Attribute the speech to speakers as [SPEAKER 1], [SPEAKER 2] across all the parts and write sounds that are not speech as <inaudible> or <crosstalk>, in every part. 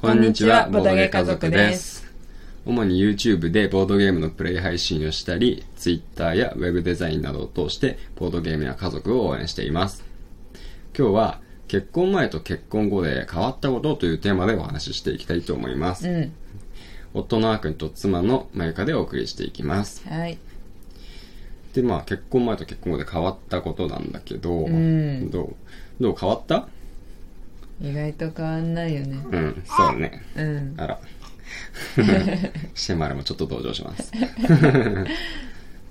[SPEAKER 1] こんにちは、
[SPEAKER 2] こんにちは
[SPEAKER 1] ボドゲ家族です。
[SPEAKER 2] 主に YouTube でボードゲームのプレイ配信をしたり、Twitter や Web デザインなどを通して、ボードゲームや家族を応援しています。今日は、結婚前と結婚後で変わったことというテーマでお話ししていきたいと思います。
[SPEAKER 1] うん。
[SPEAKER 2] 夫のあーくんと妻のまゆかでお送りしていきます。
[SPEAKER 1] はい。
[SPEAKER 2] で、まあ結婚前と結婚後で変わったことなんだけど、
[SPEAKER 1] ん
[SPEAKER 2] どうどう変わった
[SPEAKER 1] 意外と変わんないよね。
[SPEAKER 2] うん、そうね。
[SPEAKER 1] うん。
[SPEAKER 2] あら。シェマラもちょっと同情します。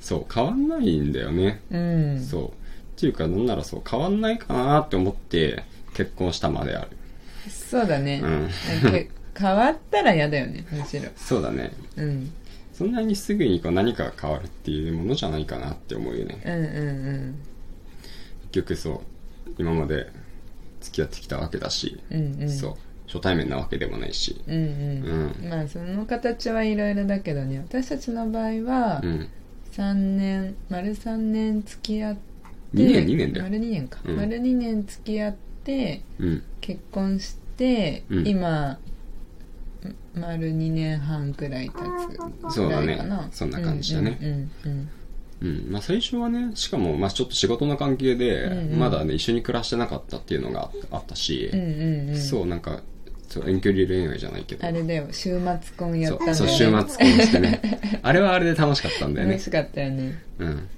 [SPEAKER 2] そう、変わんないんだよね。
[SPEAKER 1] うん。
[SPEAKER 2] そう。っていうか、なんならそう、変わんないかなって思って結婚したまである。
[SPEAKER 1] そうだね。
[SPEAKER 2] うん
[SPEAKER 1] け変わったら嫌だよね、むしろ。
[SPEAKER 2] そうだね。
[SPEAKER 1] うん。
[SPEAKER 2] そんなにすぐにこう何かが変わるっていうものじゃないかなって思うよね。
[SPEAKER 1] うんうん
[SPEAKER 2] 結局そう、今まで付き合ってきたわけだし、
[SPEAKER 1] うん。うんうん。
[SPEAKER 2] そう、初対面なわけでもないし。
[SPEAKER 1] う。ん
[SPEAKER 2] う
[SPEAKER 1] うん。
[SPEAKER 2] ん。
[SPEAKER 1] まあ、その形はいろいろだけどね、私たちの場合は
[SPEAKER 2] う、ん。
[SPEAKER 1] 3年、丸3年付き合って、
[SPEAKER 2] 2年、2年だよ。
[SPEAKER 1] 丸2年か。
[SPEAKER 2] うん
[SPEAKER 1] 丸2年付き合って、
[SPEAKER 2] うん。
[SPEAKER 1] 結婚して、
[SPEAKER 2] うん
[SPEAKER 1] 今ん丸2年半くらい経つ
[SPEAKER 2] そうだね
[SPEAKER 1] ぐらいかな
[SPEAKER 2] そんな感じだね
[SPEAKER 1] うんうん
[SPEAKER 2] うんまあ、最初はねしかもまあちょっと仕事の関係で、
[SPEAKER 1] うんうん
[SPEAKER 2] まだね一緒に暮らしてなかったっていうのがああったし
[SPEAKER 1] うん、うんうんうん
[SPEAKER 2] そうなんかそう遠距離恋愛じゃないけど
[SPEAKER 1] あれだよ週末婚や
[SPEAKER 2] そ
[SPEAKER 1] っ
[SPEAKER 2] う
[SPEAKER 1] たんだよね
[SPEAKER 2] そう週末婚して
[SPEAKER 1] <laughs>
[SPEAKER 2] ねあれはあれで楽しかったんだよ
[SPEAKER 1] 楽
[SPEAKER 2] ね、
[SPEAKER 1] しかったよね
[SPEAKER 2] うん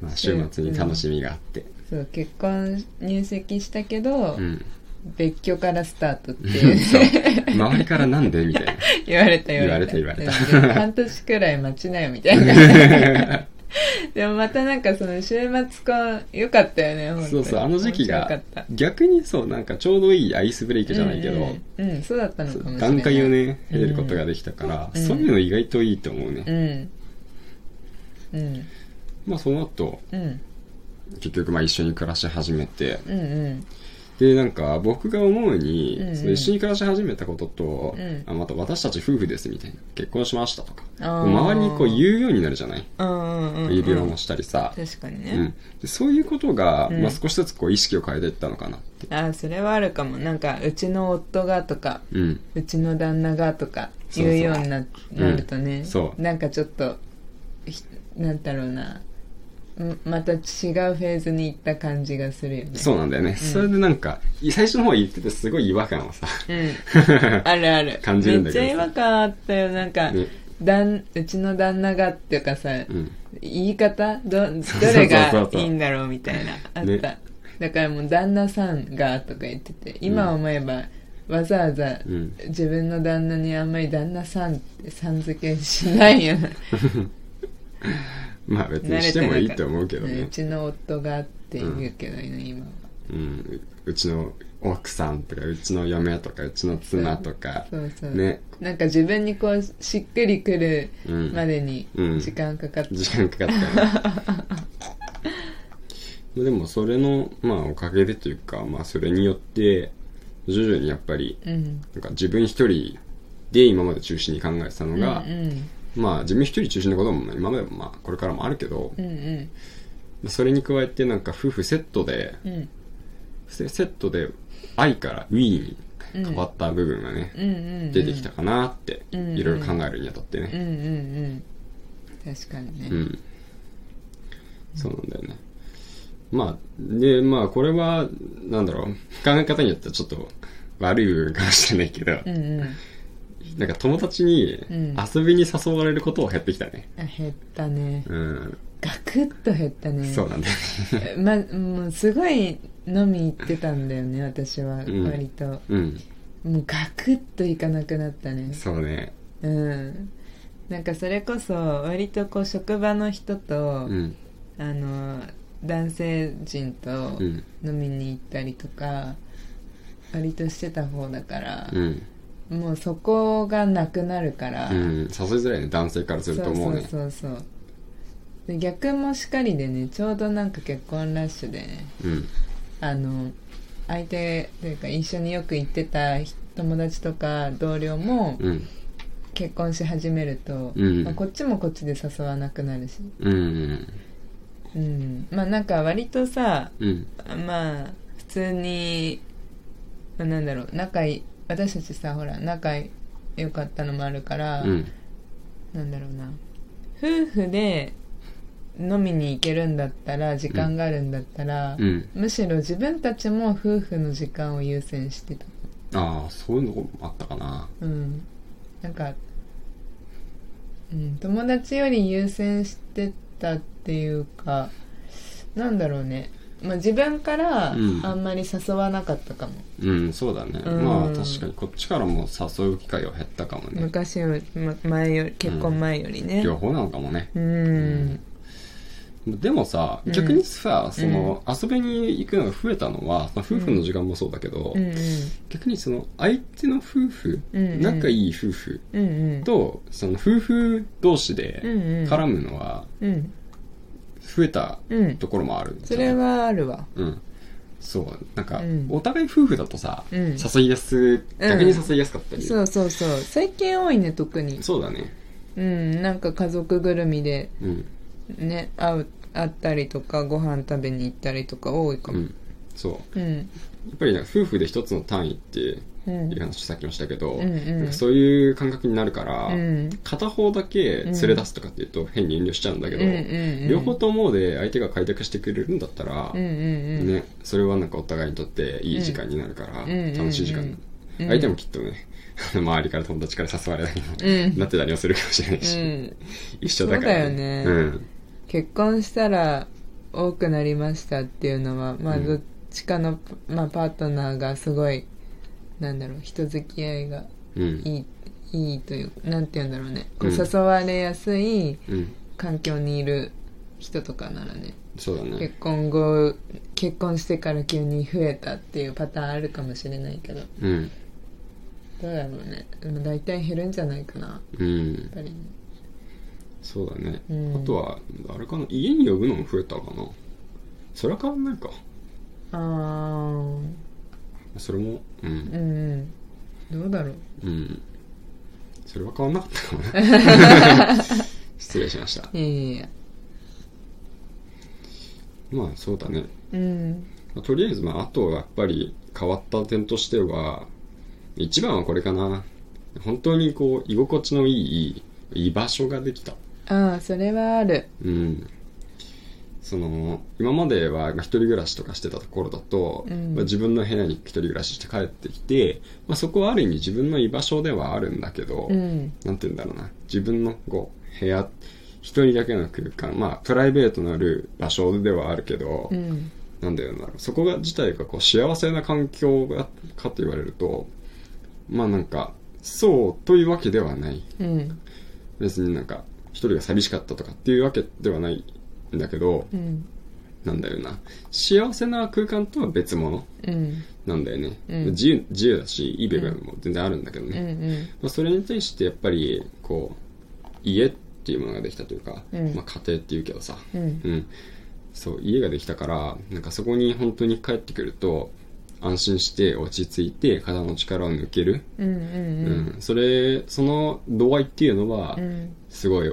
[SPEAKER 2] まあ、週末に楽しみがあって
[SPEAKER 1] そう結婚入籍したけど、
[SPEAKER 2] うん、
[SPEAKER 1] 別居からスタートって
[SPEAKER 2] そ
[SPEAKER 1] いうう
[SPEAKER 2] 周りからなんでみたいな
[SPEAKER 1] <laughs> 言われた
[SPEAKER 2] 言われた言われた
[SPEAKER 1] でも半年くらい待ちなよみたいな
[SPEAKER 2] <laughs>
[SPEAKER 1] でもまたなんかその週末婚よかったよね本当に
[SPEAKER 2] そうそうあの時期
[SPEAKER 1] 面白
[SPEAKER 2] が
[SPEAKER 1] かった
[SPEAKER 2] 逆にそうなんかちょうどいいアイスブレイクじゃないけど、
[SPEAKER 1] うんうん、うんそうだったのかもしれない
[SPEAKER 2] 段階をね得ることができたから、
[SPEAKER 1] うん
[SPEAKER 2] そういうの意外といいと思うね、
[SPEAKER 1] うんうん
[SPEAKER 2] まあその後
[SPEAKER 1] うん
[SPEAKER 2] 結局まあ一緒に暮らし始めて
[SPEAKER 1] うんうん
[SPEAKER 2] でなんか僕が思うに、
[SPEAKER 1] うんうん
[SPEAKER 2] その一緒に暮らし始めたことと、
[SPEAKER 1] うん
[SPEAKER 2] あまた私たち夫婦ですみたいな結婚しましたとか
[SPEAKER 1] あー
[SPEAKER 2] 周りにこう言うようになるじゃない
[SPEAKER 1] うんうんうん
[SPEAKER 2] 指輪もしたりさ、
[SPEAKER 1] 確かに
[SPEAKER 2] う
[SPEAKER 1] ね、
[SPEAKER 2] ん、でそういうことが、
[SPEAKER 1] うん
[SPEAKER 2] まあ、少しずつこう意識を変えていったのかなって、
[SPEAKER 1] ああそれはあるかもなんかうちの夫がとか
[SPEAKER 2] うん、
[SPEAKER 1] うちの旦那がとか
[SPEAKER 2] そうそう
[SPEAKER 1] 言うようにななるとね、
[SPEAKER 2] うんそう
[SPEAKER 1] なんかちょっとひなんだろうなんまた違うフェーズに行った感じがするよね
[SPEAKER 2] そうなんだよね、それでなんかい最初の方言っててすごい違和感を
[SPEAKER 1] <laughs>
[SPEAKER 2] さ
[SPEAKER 1] うんあるある。
[SPEAKER 2] 感じるんだけどさ
[SPEAKER 1] めっちゃ違和感あったよ。なんか、
[SPEAKER 2] ね
[SPEAKER 1] だんうちの旦那がっていうかさ、
[SPEAKER 2] うん
[SPEAKER 1] 言い方ど、ど
[SPEAKER 2] <laughs> そうそう
[SPEAKER 1] れがいいんだろうみたいな、あった。
[SPEAKER 2] ね
[SPEAKER 1] だからもう旦那さんがとか言ってて、今思えば、わざわざ
[SPEAKER 2] うん
[SPEAKER 1] 自分の旦那にあんまり旦那さんってさん付けしないよね。
[SPEAKER 2] まあ別
[SPEAKER 1] 慣
[SPEAKER 2] に <laughs>
[SPEAKER 1] れ
[SPEAKER 2] してて
[SPEAKER 1] なか
[SPEAKER 2] も
[SPEAKER 1] った
[SPEAKER 2] いいと思うけど
[SPEAKER 1] う
[SPEAKER 2] ね
[SPEAKER 1] ちの夫がって言うけどね、今は。
[SPEAKER 2] うん、ううちの奥さんとかうちの嫁とかうちの妻とか
[SPEAKER 1] そうそう。
[SPEAKER 2] ね
[SPEAKER 1] なんか自分にこう、しっくりくる
[SPEAKER 2] うん
[SPEAKER 1] までに
[SPEAKER 2] うん
[SPEAKER 1] 時間かかって
[SPEAKER 2] 時間かかったねでもそれの、まあ、おかげでというか、まあ、それによって徐々にやっぱり
[SPEAKER 1] うん
[SPEAKER 2] なんか自分一人で今まで中心に考えてたのが、
[SPEAKER 1] うん
[SPEAKER 2] まあ自分一人中心のことも今までもまあこれからもあるけど、
[SPEAKER 1] うんうん
[SPEAKER 2] まあそれに加えてなんか夫婦セットで
[SPEAKER 1] うんうん
[SPEAKER 2] セセットで愛からウィーに変わった部分がね、
[SPEAKER 1] うんうん
[SPEAKER 2] 出てきたかなって、
[SPEAKER 1] うん
[SPEAKER 2] いろいろ考えるにあたってね、
[SPEAKER 1] うんうんうん確かに
[SPEAKER 2] う
[SPEAKER 1] ね
[SPEAKER 2] ん。そうなんだよね。まあ、で、まあ、これは、なんだろう、考え方によってはちょっと悪い部分かもしれないけど、
[SPEAKER 1] うんうん
[SPEAKER 2] なんか友達に
[SPEAKER 1] ん
[SPEAKER 2] 遊びに誘われることを減ってきたね。
[SPEAKER 1] あ減ったね
[SPEAKER 2] うん。
[SPEAKER 1] ガクッと減ったね
[SPEAKER 2] そうなんだよ <laughs> ね。
[SPEAKER 1] まもうすごい飲み行ってたんだよね私は
[SPEAKER 2] うん
[SPEAKER 1] 割とも
[SPEAKER 2] うん。
[SPEAKER 1] うガクッと行かなくなったね
[SPEAKER 2] そうね。
[SPEAKER 1] うんなんかそれこそ割とこう職場の人と
[SPEAKER 2] うん。
[SPEAKER 1] あの男性陣と
[SPEAKER 2] うん。
[SPEAKER 1] 飲みに行ったりとか割としてた方だから
[SPEAKER 2] う、ん。
[SPEAKER 1] もうそこがなくなるから、
[SPEAKER 2] うん。誘いづらいね、男性からす
[SPEAKER 1] そう
[SPEAKER 2] る
[SPEAKER 1] そ
[SPEAKER 2] と
[SPEAKER 1] う
[SPEAKER 2] 思うね。
[SPEAKER 1] そうそうで逆もしかりでねちょうどなんか結婚ラッシュでね
[SPEAKER 2] うん。
[SPEAKER 1] あの相手というか一緒によく行ってた友達とか同僚も
[SPEAKER 2] うん。
[SPEAKER 1] 結婚し始めると、
[SPEAKER 2] うん
[SPEAKER 1] まあこっちもこっちで誘わなくなるし、
[SPEAKER 2] うん。
[SPEAKER 1] うん、まあなんか割とさ
[SPEAKER 2] うん。
[SPEAKER 1] まあ普通に、まあ、なんだろう仲い私たちさほら仲良かったのもあるから、
[SPEAKER 2] うん。
[SPEAKER 1] なんだろうな夫婦で飲みに行けるんだったら時間があるんだったら、
[SPEAKER 2] うん。
[SPEAKER 1] むしろ自分たちも夫婦の時間を優先してた
[SPEAKER 2] ああ、そういうのもあったかな。
[SPEAKER 1] うんなんか、うん、友達より優先してたっていうかなんだろうね、まあ、自分から
[SPEAKER 2] うん
[SPEAKER 1] あんまり誘わなかったかも、
[SPEAKER 2] うん、そうだね。
[SPEAKER 1] うん
[SPEAKER 2] まあ確かにこっちからも誘う機会は減ったかもね。
[SPEAKER 1] 昔より、ま前より結婚前よりね
[SPEAKER 2] 両方なのかもね。
[SPEAKER 1] うん、
[SPEAKER 2] でもさ、
[SPEAKER 1] うん
[SPEAKER 2] 逆にさ、その、遊びに行くのが増えたのは、その夫婦の時間もそうだけど、
[SPEAKER 1] うん
[SPEAKER 2] 逆にその、相手の夫婦、
[SPEAKER 1] うんうん
[SPEAKER 2] 仲いい夫婦
[SPEAKER 1] うんうんうん
[SPEAKER 2] と、その夫婦同士で
[SPEAKER 1] うんうん
[SPEAKER 2] 絡むのは
[SPEAKER 1] うん
[SPEAKER 2] 増えた
[SPEAKER 1] うん
[SPEAKER 2] ところもあるんじ
[SPEAKER 1] そ
[SPEAKER 2] ゃない
[SPEAKER 1] れはあるわ
[SPEAKER 2] うん。そう。なんか、
[SPEAKER 1] うん
[SPEAKER 2] お互い夫婦だとさ、
[SPEAKER 1] うん
[SPEAKER 2] 誘いやす、逆に誘いやすかったり。
[SPEAKER 1] そうそうそう最近多いね特に
[SPEAKER 2] そうだね。
[SPEAKER 1] うんなんか家族ぐるみで
[SPEAKER 2] うん。
[SPEAKER 1] ね会う会ったりとかご飯食べに行ったりとか多いか
[SPEAKER 2] う
[SPEAKER 1] も
[SPEAKER 2] ん。そう。
[SPEAKER 1] うん
[SPEAKER 2] やっぱりね、夫婦で一つの単位っていう
[SPEAKER 1] うん
[SPEAKER 2] 話をさっきもしたけど、
[SPEAKER 1] うんうん
[SPEAKER 2] なんかそういう感覚になるから、
[SPEAKER 1] うん
[SPEAKER 2] 片方だけ連れ出すとかっていうと変に遠慮しちゃうんだけど、
[SPEAKER 1] うんうんうん
[SPEAKER 2] 両方ともで相手が開拓してくれるんだったら、
[SPEAKER 1] うんうんうん
[SPEAKER 2] ね、それはなんかお互いにとっていい時間になるから、
[SPEAKER 1] んうん
[SPEAKER 2] 楽しい時間になる、
[SPEAKER 1] うん
[SPEAKER 2] 相手もきっとね <laughs> 周りから友達から誘われたりも、
[SPEAKER 1] うん
[SPEAKER 2] なってたりはするかもしれないうし、
[SPEAKER 1] ん
[SPEAKER 2] 一緒だから
[SPEAKER 1] そうだよね
[SPEAKER 2] うん
[SPEAKER 1] 結婚したら多くなりましたっていうのはまあ
[SPEAKER 2] うん
[SPEAKER 1] どっちかの、まあ、パートナーがすごいなんだろう人付き合いが
[SPEAKER 2] うん
[SPEAKER 1] いいいいというなんて言うんだろうねこ
[SPEAKER 2] う
[SPEAKER 1] う
[SPEAKER 2] ん
[SPEAKER 1] 誘われやすい
[SPEAKER 2] うん
[SPEAKER 1] 環境にいる人とかならね、
[SPEAKER 2] そうだね
[SPEAKER 1] 結婚後結婚してから急に増えたっていうパターンあるかもしれないけど
[SPEAKER 2] うん
[SPEAKER 1] どうやろうねでも大体減るんじゃないかなや
[SPEAKER 2] うん
[SPEAKER 1] っぱりね
[SPEAKER 2] そうだね、
[SPEAKER 1] うん
[SPEAKER 2] あとはあれかな家に呼ぶのも増えたかなそれは変わんないか
[SPEAKER 1] あー
[SPEAKER 2] それもうん
[SPEAKER 1] うんうんどうだろう
[SPEAKER 2] うんそれは変わんなかったかもね
[SPEAKER 1] <laughs>
[SPEAKER 2] 失礼しました
[SPEAKER 1] いやいやいや
[SPEAKER 2] まあそうだね
[SPEAKER 1] うん
[SPEAKER 2] まあとりあえず、まあ、あとはやっぱり変わった点としては、一番はこれかな。本当にこう、居心地のいい居場所ができた。
[SPEAKER 1] ああそれはある
[SPEAKER 2] うん。その、今までは、まあ、一人暮らしとかしてたところだと、
[SPEAKER 1] うん
[SPEAKER 2] まあ、自分の部屋に一人暮らしして帰ってきて、まあ、そこはある意味自分の居場所ではあるんだけど、
[SPEAKER 1] うん
[SPEAKER 2] なんて言うんだろうな。自分のこう、部屋、一人だけの空間、まあ、プライベートのある場所ではあるけど、
[SPEAKER 1] うん
[SPEAKER 2] なんだよな、そこが自体がこう幸せな環境がかと言われると、まあなんか、そうというわけではない。
[SPEAKER 1] うん
[SPEAKER 2] 別になんか、一人が寂しかったとかっていうわけではないんだけど、
[SPEAKER 1] うん
[SPEAKER 2] なんだよな、幸せな空間とは別物
[SPEAKER 1] うん
[SPEAKER 2] なんだよね。
[SPEAKER 1] うん
[SPEAKER 2] 自由自由だし、いい部分も全然あるんだけど
[SPEAKER 1] うんう
[SPEAKER 2] ね。
[SPEAKER 1] ん
[SPEAKER 2] まあ、それに対してやっぱり、こう、家っていうものができたというか、
[SPEAKER 1] うん
[SPEAKER 2] まあ家庭っていうけどさ、
[SPEAKER 1] うん
[SPEAKER 2] うん、そう家ができたからなんかそこに本当に帰ってくると安心して落ち着いて肩の力を抜ける、
[SPEAKER 1] うんうん
[SPEAKER 2] うん
[SPEAKER 1] うん
[SPEAKER 2] それその度合いっていうのは
[SPEAKER 1] うん
[SPEAKER 2] すごい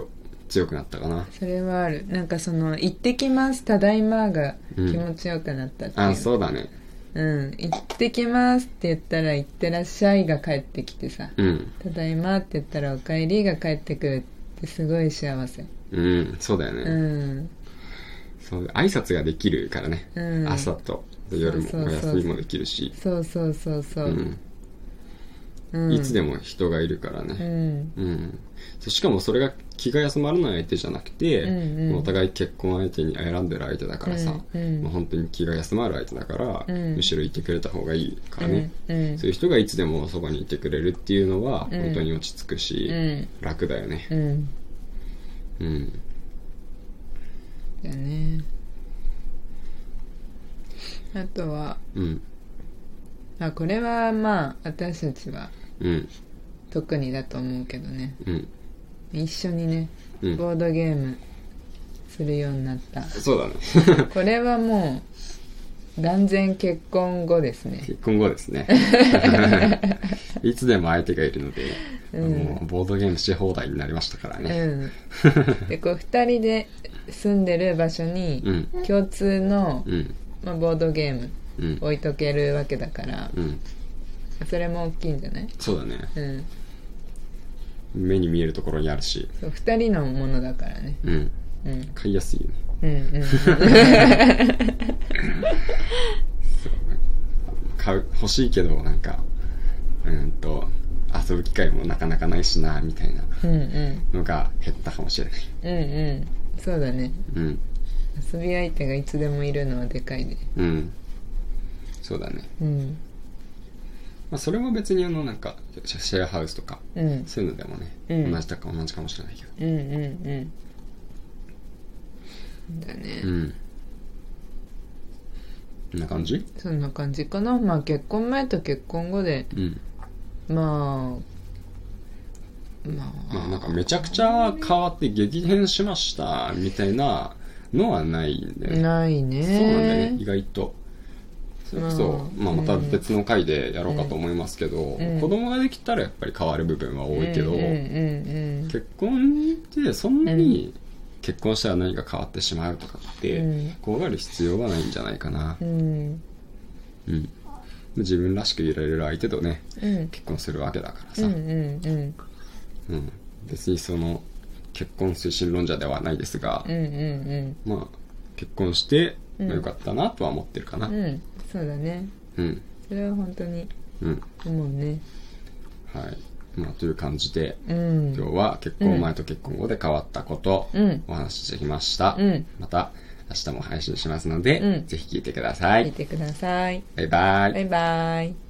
[SPEAKER 2] 強くなったかな、
[SPEAKER 1] それはあるなんかその「行ってきますただいま」が気
[SPEAKER 2] うん
[SPEAKER 1] 持ちよくなったっていう、
[SPEAKER 2] あそうだね
[SPEAKER 1] うん「行ってきます」って言ったら「行ってらっしゃい」が帰ってきてさ
[SPEAKER 2] うん
[SPEAKER 1] 「ただいま」って言ったら「おかえり」が帰ってくるってすごい幸せ
[SPEAKER 2] うんそうだよね、
[SPEAKER 1] うん
[SPEAKER 2] そう挨拶ができるからね、
[SPEAKER 1] うん
[SPEAKER 2] 朝と夜
[SPEAKER 1] そう
[SPEAKER 2] も
[SPEAKER 1] そ
[SPEAKER 2] お
[SPEAKER 1] うそう
[SPEAKER 2] 休みもできるし
[SPEAKER 1] そうそうそうそううんうん
[SPEAKER 2] いつでも人がいるからね、
[SPEAKER 1] うん
[SPEAKER 2] うん、そうしかもそれが気が休まらない相手じゃなくて、
[SPEAKER 1] うんうん
[SPEAKER 2] お互い結婚相手に選んでる相手だからさ、
[SPEAKER 1] うんうん
[SPEAKER 2] もう本当に気が休まる相手だから、
[SPEAKER 1] うん
[SPEAKER 2] むしろいてくれた方がいいからね、
[SPEAKER 1] うんうん
[SPEAKER 2] そういう人がいつでもそばにいてくれるっていうのは
[SPEAKER 1] うん
[SPEAKER 2] 本当に落ち着くし、
[SPEAKER 1] うん
[SPEAKER 2] 楽だよね、
[SPEAKER 1] うん
[SPEAKER 2] うん、
[SPEAKER 1] だねあとは
[SPEAKER 2] うん
[SPEAKER 1] あこれはまあ私たちは
[SPEAKER 2] うん
[SPEAKER 1] 特にだと思うけどね
[SPEAKER 2] うん
[SPEAKER 1] 一緒にね
[SPEAKER 2] うん
[SPEAKER 1] ボードゲームするようになった、
[SPEAKER 2] そうだね <laughs>
[SPEAKER 1] これはもう断然結婚後ですね
[SPEAKER 2] 結婚後です <laughs> ねいつでも相手がいるので、
[SPEAKER 1] うん
[SPEAKER 2] もうボードゲームし放題になりましたから
[SPEAKER 1] う
[SPEAKER 2] ね、 <laughs>
[SPEAKER 1] んでこう2人で住んでる場所
[SPEAKER 2] う
[SPEAKER 1] に
[SPEAKER 2] ん
[SPEAKER 1] 共通の、
[SPEAKER 2] <laughs> うん
[SPEAKER 1] まあ、ボードゲーム
[SPEAKER 2] うん
[SPEAKER 1] 置いとけるわけだから
[SPEAKER 2] うん
[SPEAKER 1] それも大きいんじゃない
[SPEAKER 2] そうだね
[SPEAKER 1] うん
[SPEAKER 2] 目に見えるところにあるし
[SPEAKER 1] そう2人のものだからね
[SPEAKER 2] うん
[SPEAKER 1] うん
[SPEAKER 2] 買いやすいよね
[SPEAKER 1] うんうん
[SPEAKER 2] 買う欲しいけどなんかうんと遊ぶ機会もなかなかないしなみたいな
[SPEAKER 1] うんうん
[SPEAKER 2] のが減ったかもしれない
[SPEAKER 1] うんうんそうだね
[SPEAKER 2] うん
[SPEAKER 1] 遊び相手がいつでもいるのはでかいね
[SPEAKER 2] うんそうだね
[SPEAKER 1] うん
[SPEAKER 2] まあそれも別にあのなんかシェシェアハウスとか
[SPEAKER 1] うん
[SPEAKER 2] そういうのでもね、
[SPEAKER 1] うん
[SPEAKER 2] 同じだか同じかもしれないけど
[SPEAKER 1] うんうんうんだね、
[SPEAKER 2] うんこんな感じ
[SPEAKER 1] そんな感じかなまあ結婚前と結婚後で
[SPEAKER 2] うん
[SPEAKER 1] まあま
[SPEAKER 2] まあ
[SPEAKER 1] あ
[SPEAKER 2] なんかめちゃくちゃ変わって激変しましたみたいなのはないんだよね
[SPEAKER 1] ないね
[SPEAKER 2] そうなんだよね意外とそれこそ、
[SPEAKER 1] うん
[SPEAKER 2] まあ、また別の回でやろうかと思いますけど、
[SPEAKER 1] ん
[SPEAKER 2] 子供ができたらやっぱり変わる部分は多いけど、
[SPEAKER 1] うんうんうん
[SPEAKER 2] 結婚ってそんなに結婚したら何か変わってしまうとかって
[SPEAKER 1] うん
[SPEAKER 2] 怖がる必要はないんじゃないかな
[SPEAKER 1] う、ん
[SPEAKER 2] うん、自分らしくいられる相手とね
[SPEAKER 1] うんうん
[SPEAKER 2] 結婚するわけだから
[SPEAKER 1] う
[SPEAKER 2] さ、
[SPEAKER 1] んうんうん
[SPEAKER 2] うん別にその結婚推進論者ではないですが
[SPEAKER 1] うんう、ん
[SPEAKER 2] まあ結婚して、
[SPEAKER 1] うん
[SPEAKER 2] まあよかったなとは思ってるかな
[SPEAKER 1] うんうんそうだね
[SPEAKER 2] うん
[SPEAKER 1] それは本当に
[SPEAKER 2] うん
[SPEAKER 1] 思うね
[SPEAKER 2] はい。まあ、という感じで、
[SPEAKER 1] うん
[SPEAKER 2] 今日は結婚前と結婚後で変わったこと、
[SPEAKER 1] うん
[SPEAKER 2] お話ししてきました。
[SPEAKER 1] うん
[SPEAKER 2] また、明日も配信しますので、
[SPEAKER 1] うん
[SPEAKER 2] ぜひ聞いてください。
[SPEAKER 1] 聞いてください
[SPEAKER 2] バイバイ
[SPEAKER 1] バイバイ